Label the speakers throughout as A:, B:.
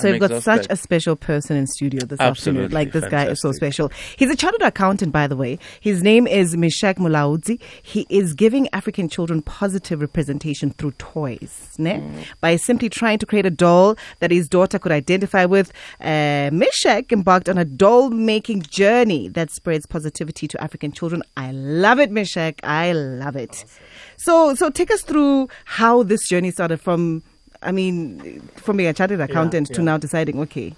A: So
B: I'm
A: we've got such
B: exhausted.
A: a special person in studio this
B: Absolutely
A: afternoon. Like this guy is so
B: fantastic.
A: special. He's a chartered accountant, by the way. His name is Mishak Mulaudzi. He is giving African children positive representation through toys, ne?
C: Mm.
A: By simply trying to create a doll that his daughter could identify with. Uh, Mishak embarked on a doll making journey that spreads positivity to African children. I love it, Mishak. I love it. So, so take us through how this journey started from. I mean, from being a chartered accountant to
C: yeah.
A: now deciding, okay,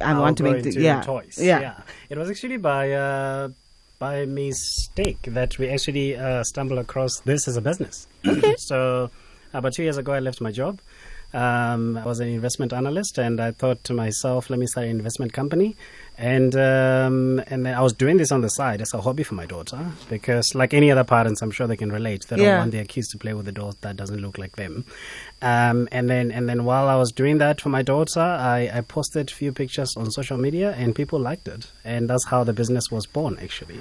A: I
C: I'll
A: want to
C: go
A: make the,
C: into
A: yeah,
C: toys.
A: yeah,
C: It was actually by uh, by mistake that we actually uh, stumbled across this as a business. Okay. so about two years ago, I left my job. Um, I was an investment analyst, and I thought to myself, "Let me start an investment company." And um, and then I was doing this on the side as a hobby for my daughter because, like any other parents, I'm sure they can relate. They don't
A: Yeah.
C: want their kids to play with a doll that doesn't look like them. Um, and then and then while I was doing that for my daughter, I, I posted few pictures on social media and people liked it, and that's how the business was born actually.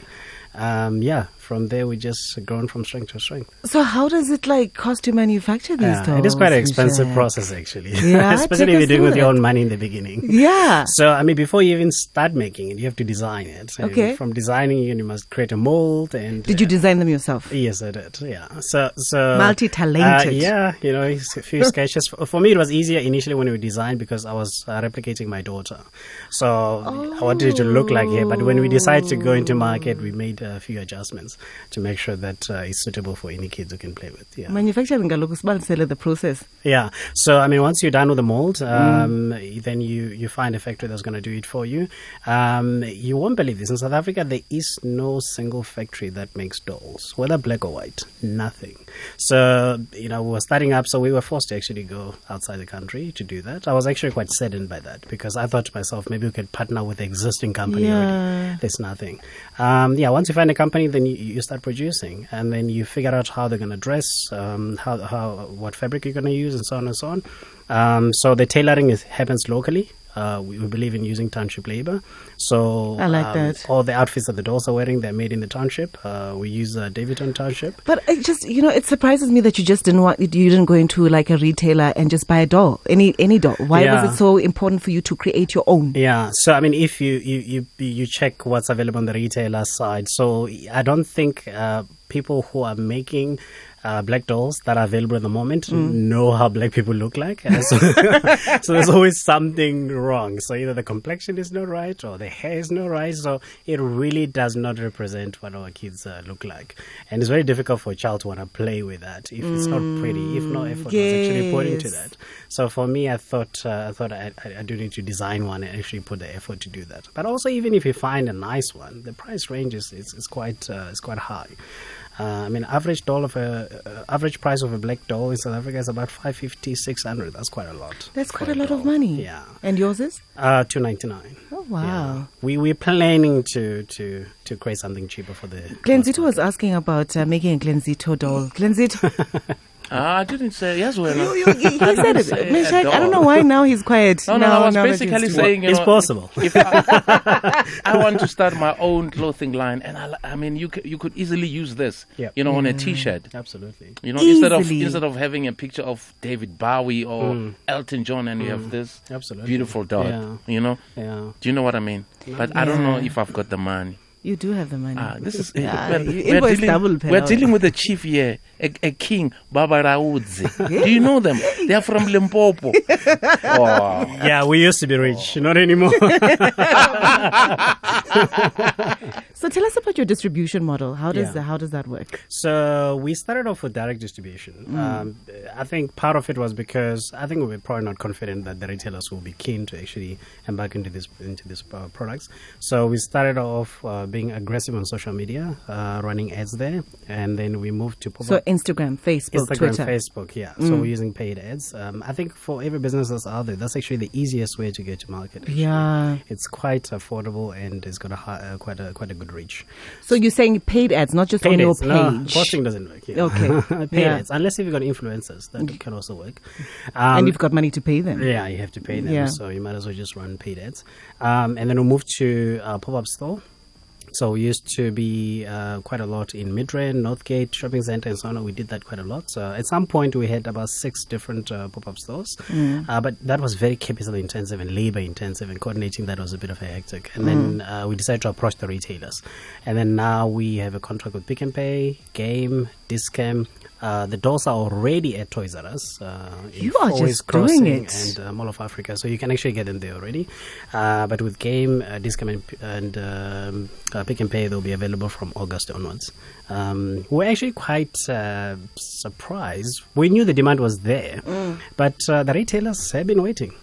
C: Um, yeah, from there we just grown from strength to strength.
A: So how does it like cost to manufacture these
C: Yeah,
A: dolls?
C: it is quite an expensive
A: Mishak?
C: process actually,
A: Yeah, take
C: especially if
A: us
C: you're doing
A: through
C: with your
A: it.
C: own money in the beginning.
A: Yeah.
C: So I mean, before you even start making it, you have to design it. And
A: Okay.
C: From designing, you you must create a mold and
A: Did you design them yourself?
C: Yes, I did. Yeah. So, so
A: Multi-talented.
C: uh, yeah, you know, a few sketches. For, for me, it was easier initially when we designed because I was uh, replicating my daughter, so I wanted it to look like her. But when we decided to go into market, we made a few adjustments to make sure that uh, it's suitable for any kids who can play with. Yeah.
A: Manufacturing kaloku sibalisele the process.
C: Yeah. So I mean, once you're done with the mold, um, then you you find a factory that's going to do it for you. Um, you won't believe this. In South Africa, there is no single factory that makes dolls, whether black or white. Nothing. So you know, we were starting up, so we were forced to actually go outside the country to do that. I was actually quite saddened by that because I thought to myself, maybe we could partner with the existing company
A: Yeah.
C: already. There's nothing. Um, yeah, once you find a company, then you, you start producing, and then you figure out how they're going to dress, um, how, how what fabric you're going to use, and so on and so on. Um, so the tailoring is, happens locally. Uh, we, we believe in using township labor. So
A: I like
C: um,
A: that.
C: All the outfits that the dolls are wearing, they're made in the township. Uh, we use uh, Davidton Township.
A: But it just you know, it surprises me that you just didn't want you didn't go into like a retailer and just buy a doll, any any doll. Why
C: Yeah.
A: was it so important for you to create your own?
C: Yeah. So I mean, if you you you, you check what's available on the retailer side, so I don't think uh, people who are making. Uh, black dolls that are available at the moment know how black people look like, Uh, so, so there's always something wrong. So either the complexion is not right or the hair is not right. So it really does not represent what our kids uh, look like, and it's very difficult for a child to want to play with that if it's not pretty, if no effort was actually put into
A: yes.
C: that that. So for me, I thought uh, I thought I, I, I do need to design one and actually put the effort to do that. But also, even if you find a nice one, the price range is is, is quite uh, is quite high. Uh, I mean, average doll of a uh, average price of a black doll in South Africa is about 550 600 That's quite a lot.
A: That's
C: for
A: quite a lot of
C: doll.
A: money.
C: Yeah,
A: And yours is?
C: uh, 299.
A: Oh
C: Yeah.
A: wow.
C: We we're planning to to to create something cheaper for the.
A: Glenzito was asking about uh, making a Glenzito doll. Glenzito,
B: Ah, I didn't say yes, well.
A: you, you, he
B: I
A: said
B: didn't
A: it.
B: say
A: Meshach,
B: at
A: I don't know
B: all.
A: why now he's quiet.
B: No, no,
A: Now-
B: I was
A: now that
B: basically
A: he's-
B: saying you
C: It's
B: know,
C: possible.
B: If I, I want to start my own clothing line, and I, li- I mean, you c- you could easily use this,
C: Yeah.
B: you know, on a T-shirt.
C: Absolutely.
B: You know, instead of
A: Easily. Mm.
B: instead of having a picture of David Bowie or Elton John, and you have this
C: Absolutely.
B: beautiful dog.
C: Yeah.
B: You know,
C: Yeah.
B: do you know what I mean? But I don't know if I've got the money.
A: You do have the money.
B: Ah, this is
A: Yeah,
B: we're,
A: you
B: we're
A: invoice
B: dealing,
A: double per
B: we're
A: hour.
B: dealing with a chief here, a, a king, Baba Raudzi. Do you know them? They are from Limpopo. oh.
C: Yeah, we used to be rich, not anymore.
A: So tell us about your distribution model. How does
C: Yeah.
A: the, how does that work?
C: So we started off with direct distribution.
A: Mm.
C: Um, I think part of it was because I think we were probably not confident that the retailers will be keen to actually embark into this into these uh, products. So we started off uh, being aggressive on social media, uh, running ads there, and then we moved to pop
A: So Instagram, Facebook,
C: Instagram,
A: Twitter. Mm.
C: Facebook, yeah. So we're using paid ads. Um, I think for every business that's out there, that's actually the easiest way to get to market. actually.
A: Yeah.
C: it's quite affordable and it's got a high, uh, quite a quite a good reach.
A: So you're saying paid ads, not just on
C: Paid
A: your
C: ads, no,
A: page.
C: posting doesn't work. Yeah.
A: Okay.
C: paid yeah.
A: Yeah.
C: ads, unless if you've got influencers, that can also work.
A: and
C: Um,
A: you've got money to pay them.
C: yeah, you have to pay them,
A: Yeah.
C: so you might as well just run paid ads. Um, and then we'll move to uh, pop up store. So we used to be uh, quite a lot in Midrand, Northgate, Shopping Center, and so on. We did that quite a lot. So at some point, we had about six different uh, pop up stores.
A: Mm.
C: Uh, but that was very capital intensive and labor intensive, and coordinating that was a bit of a hectic. And then
A: Mm.
C: uh, we decided to approach the retailers. And then now we have a contract with Pick and Pay, Game, Discam. Uh, the doors are already at Toys R Us. Uh, in
A: You are
C: Four Ways
A: just doing
C: Crossing
A: it.
C: And uh, Mall of Africa, so you can actually get in there already. Uh, but with Game, uh, Discount and, P- and um, uh, Pick and Pay, they'll be available from August onwards. Um, we're actually quite uh, surprised. We knew the demand was there,
A: Mm.
C: but uh, the retailers have been waiting.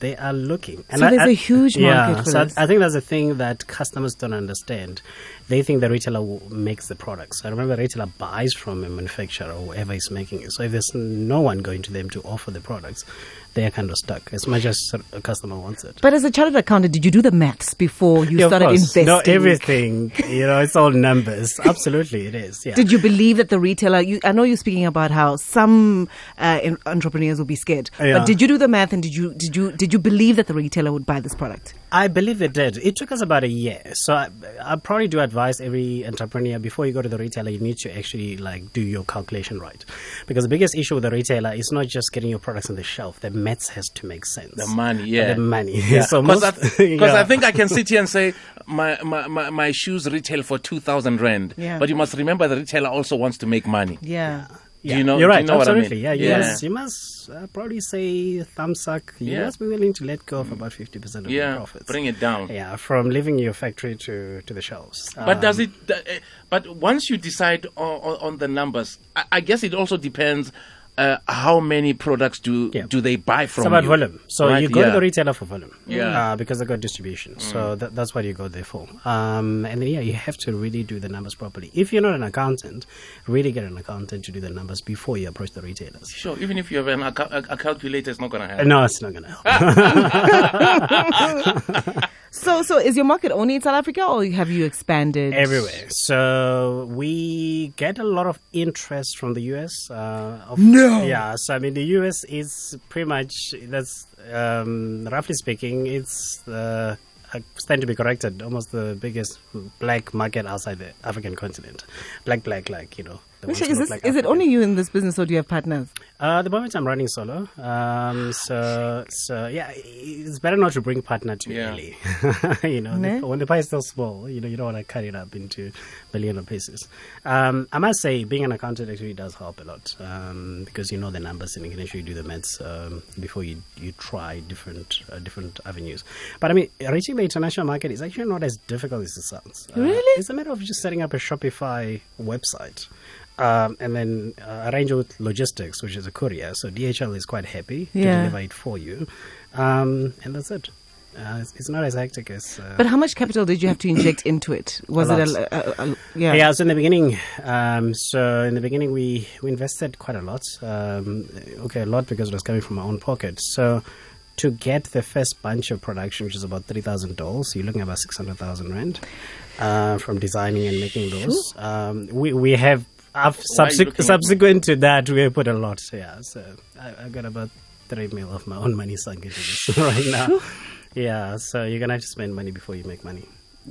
C: They are looking.
A: So there's a huge
C: yeah,
A: market for
C: so I-
A: this.
C: I think that's the thing that customers don't understand. They think the retailer w- makes the products. I remember the retailer buys from a manufacturer or whoever is making it. So if there's no one going to them to offer the products, they are kind of stuck as much as a customer wants it.
A: But as a chartered accountant, did you do the maths before you
C: Yeah, of
A: started
C: course.
A: investing?
C: No, everything. You know, it's all numbers. Absolutely, it is. Yeah.
A: Did you believe that the retailer? You, I know you're speaking about how some uh, in- entrepreneurs will be scared,
C: Yeah.
A: but did you do the math and did you did you did you believe that the retailer would buy this product?
C: I believe it did. It took us about a year. So I, I probably do advise every entrepreneur before you go to the retailer, you need to actually like do your calculation right, because the biggest issue with the retailer is not just getting your products on the shelf. The maths has to make sense.
B: The money, yeah.
C: The money.
B: Because
C: so most,
B: I,
C: yeah.
B: I think I can sit here and say my, my, my, my shoes retail for 2,000 rand.
A: Yeah.
B: But you must remember the retailer also wants to make money.
A: Yeah.
B: you know-
C: are
B: do
C: right.
B: you know what I mean?
C: absolutely. Yeah, you
B: Yeah.
C: must, you must uh, probably say thumbs suck. You
B: Yeah.
C: must be willing to let go of about fifty percent of
B: Yeah,
C: your profits.
B: bring it down.
C: Yeah, from leaving your factory to to the shelves.
B: But does
C: Um,
B: it? th- eh, But once you decide on, on, on the numbers, I, I guess it also depends uh, how many products do
C: Yeah.
B: do they buy from
C: It's about
B: you.
C: volume. So
B: Right,
C: you go
B: yeah.
C: to the retailer for volume.
B: Yeah. Mm.
C: Uh, because they got distribution. So that, that's what you go there for. Um, and then, yeah, you have to really do the numbers properly. If you're not an accountant, really get an accountant to do the numbers before you approach the retailers.
B: Sure, even if you have an, a, cal- a calculator, it's not going to
C: Uh,
B: help.
C: No, it's not going to help.
A: So so is your market only in South Africa or have you expanded
C: Everywhere. So we get a lot of interest from the US. Uh, of,
A: No.
C: Yeah. So, I mean, the US is pretty much, that's um, roughly speaking, it's the. I stand to be corrected. Almost the biggest black market outside the African continent. Black, black, like you know. the ones
A: Misha,
C: who
A: is,
C: look
A: this,
C: like
A: is it
C: African.
A: only you in this business or do you have partners?
C: Uh, the moment I'm running solo, um, so so yeah, i- it's better not to bring partner too
B: Yeah.
C: early. you know,
A: Ne?
C: the, when the pie is still small, you know, you don't want to cut it up into million of pieces. Um, I must say, being an accountant actually does help a lot um, because you know the numbers and you can actually do the maths um, before you you try different uh, different avenues. But I mean, reaching the international market is actually not as difficult as it sounds. Uh,
A: Really?
C: it's a matter of just setting up a Shopify website um, and then uh, arrange with logistics, which is a courier. So DHL is quite happy
A: Yeah.
C: to deliver it for you. Um, and that's it. Uh, it's, it's not as hectic as. Uh,
A: But how much capital did you have to inject into it? Was
C: A
A: it
C: lot.
A: a, a, a, yeah?
C: yeah, so in the beginning, um, so in the beginning we, we invested quite a lot. Um, okay, a lot because it was coming from my own pocket. So to get the first bunch of production, which is about three thousand dollars, you're looking at about six hundred thousand rand uh, from designing and making those. Um, we we have af-
B: Why are you
C: subsequent
B: looking at-
C: subsequent to that we have put a lot. Yeah, so I, I got about three mil of my own money sunk into this right now. Yeah, so you're gonna have to spend money before you make money.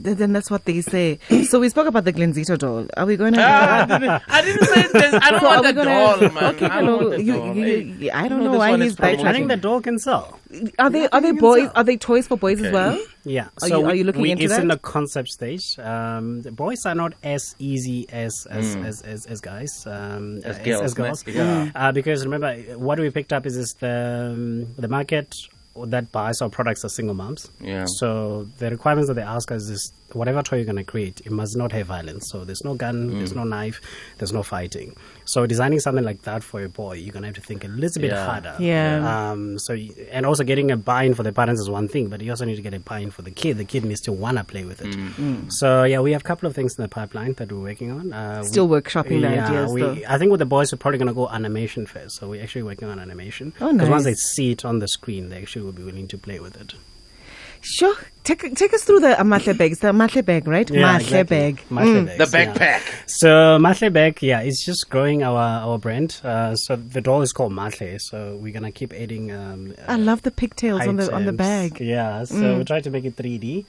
A: Th- Then that's what they say. so we spoke about the Glenzito doll. Are we going to?
B: Ah, I, didn't, I didn't say this. I don't
A: So are
B: want
A: we
B: the
A: gonna-
B: doll, man.
A: Okay,
B: I don't
A: no,
B: want the
A: you-
B: doll.
A: you-
B: Hey,
A: you- I don't
B: know
A: know
B: this
A: why
B: one is
A: he's
B: promoting.
C: I think
A: backtracking.
C: the doll can sell.
A: Are they are they
C: think
A: boys?
C: so.
A: Are they toys for boys as
B: Okay.
A: well?
C: Yeah.
A: Are you- are you looking
C: we,
A: into
C: it's
A: that?
C: in the concept stage. Um, the boys are not as easy as as as, as, as guys. Um,
B: Hmm. As girls, ne? Yeah.
A: Hmm.
C: Uh, because remember, uh, what we picked up is, is the um, the market that buys our products are single moms.
B: Yeah.
C: So the requirements that they ask us is whatever toy you're going to create, it must not have violence. So there's no gun,
B: Hmm.
C: there's no knife, there's no fighting. So designing something like that for a boy, you're going to have to think a little bit
B: Yeah.
C: harder.
A: Yeah.
C: Um, so y- and also getting a buy-in for the parents is one thing, but you also need to get a buy-in for the kid. The kid needs to wanna play with it.
B: Mm.
A: Mm.
C: So yeah, we have a couple of things in the pipeline that we're working on. Uh, we-
A: Still workshopping the
C: yeah,
A: ideas,
C: we-
A: though.
C: I think with the boys, we're probably going to go animation first. So we're actually working on animation
A: Oh,
C: once
A: nice.
C: they see it on the screen, they actually will be willing to play with it.
A: Sure. Take, take us through the Amatle bag. It's the Amatle bag, right? Mahle
C: exactly.
A: bag. Mm.
C: Mahle
B: The
C: bags, yeah.
B: backpack.
C: So Mahle bag, yeah, it's just growing our our brand. Uh, so the doll is called Mahle. So we're gonna keep adding. Um,
A: I love the pigtails on the on the
C: items.
A: bag. Mm.
C: Yeah, so we try to make it 3D.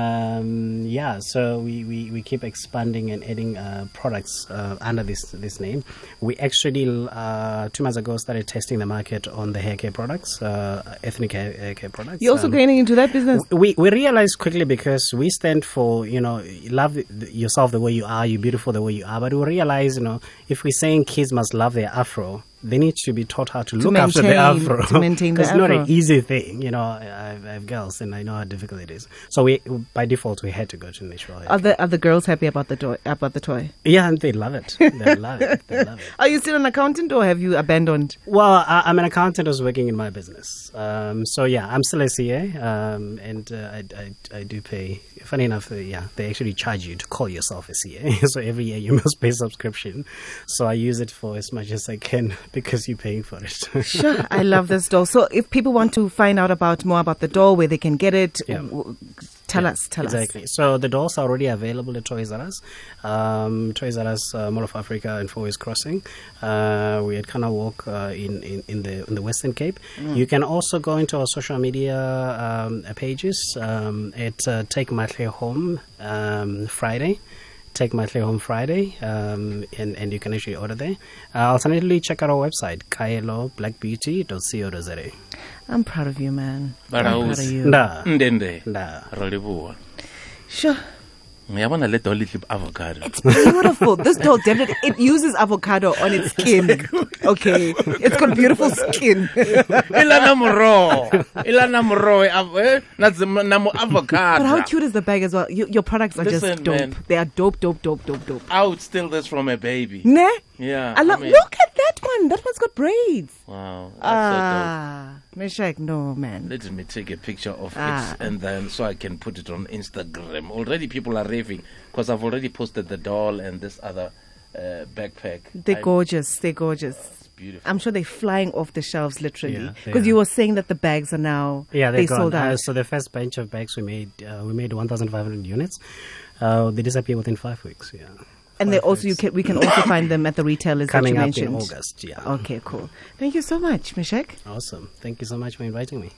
C: Um, yeah, so we, we, we keep expanding and adding uh, products uh, under this this name. We actually uh, two months ago started testing the market on the hair care products, uh, ethnic hair, hair care products.
A: You're also
C: Um,
A: getting into that business.
C: we we realized quickly because we stand for you know love th- yourself the way you are, you're beautiful the way you are. But we realize you know if we're saying kids must love their afro, they need to be taught how to, look after their
A: maintain-
C: afro.
A: to maintain the
C: it's not an
A: afro.
C: easy thing, you know. I, I have girls and I know how difficult it is. So we by default we had to go to natural.
A: Are the are the girls happy about the toy? About the toy?
C: yeah, and they love it. They love it. They love it.
A: Are you still an accountant or have you abandoned?
C: Well, I, I'm an accountant who's working in my business. Um, so yeah, I'm still a CA, um, and uh, I, I, I do pay. Funny enough, uh, yeah, they actually charge you to call yourself a CA. so every year you must pay subscription. So I use it for as much as I can because you're paying for it.
A: Sure, I love this doll. So if people want to find out about more about the doll, where they can get it,
C: Yeah.
A: w- tell us. Tell us.
C: exactly. So the dolls are already available at Toys R Us, um, Toys R Us uh, Mall of Africa and Four Ways Crossing. Uh, we at Kana Walk uh, in, in, in the in the Western Cape.
A: Mm.
C: You can also go into our social media um, uh, pages um, at uh, Take Matle Home um, Friday. Take my Matle Home Friday, um, and, and you can actually order there. Uh, alternatively, check out our website, kaeloblackbeauty.co.za.
A: I'm proud of you, man.
B: But I
A: I'm proud
B: was-
A: of you.
C: Nda,
B: Ndende.
C: nda.
B: Rolibuwa.
A: Sure.
B: Ngiyabona le doll idla avocado.
A: It's beautiful. this doll definitely it uses avocado on its skin. Okay, it's got beautiful skin.
B: Ilana moro. Ilana moro. eh, Namu avocado.
A: But how cute is the bag as well? You, your products are
B: Listen,
A: just dope.
B: man.
A: They are dope, dope, dope, dope, dope.
B: I would steal this from a baby.
A: Ne?
B: Yeah,
A: I
B: I
A: love.
B: mean-
A: look at that one. That one's got braids.
B: Wow. That's so dope.
A: Ah, Meshach, no man.
B: Let me take a picture of
A: Ah.
B: it and then so I can put it on Instagram. Already people are raving because I've already posted the doll and this other uh, backpack.
A: They're
B: I-
A: gorgeous. They're gorgeous.
B: beautiful.
A: I'm sure they're flying off the shelves literally
C: Yeah, they
A: because
C: are.
A: you were saying that the bags are now
C: Yeah, they're
A: they
C: gone.
A: sold out.
C: Uh, so the first bunch of bags we made, uh, we made 1,500 units. Uh, they disappear within five weeks. Yeah,
A: and they
C: Five
A: also you
C: weeks.
A: can, we can also find them at the retailers
C: coming
A: that
C: up
A: you mentioned.
C: in August. Yeah,
A: Okay, cool. Thank you so much, Meshach.
C: awesome. Thank you so much for inviting me.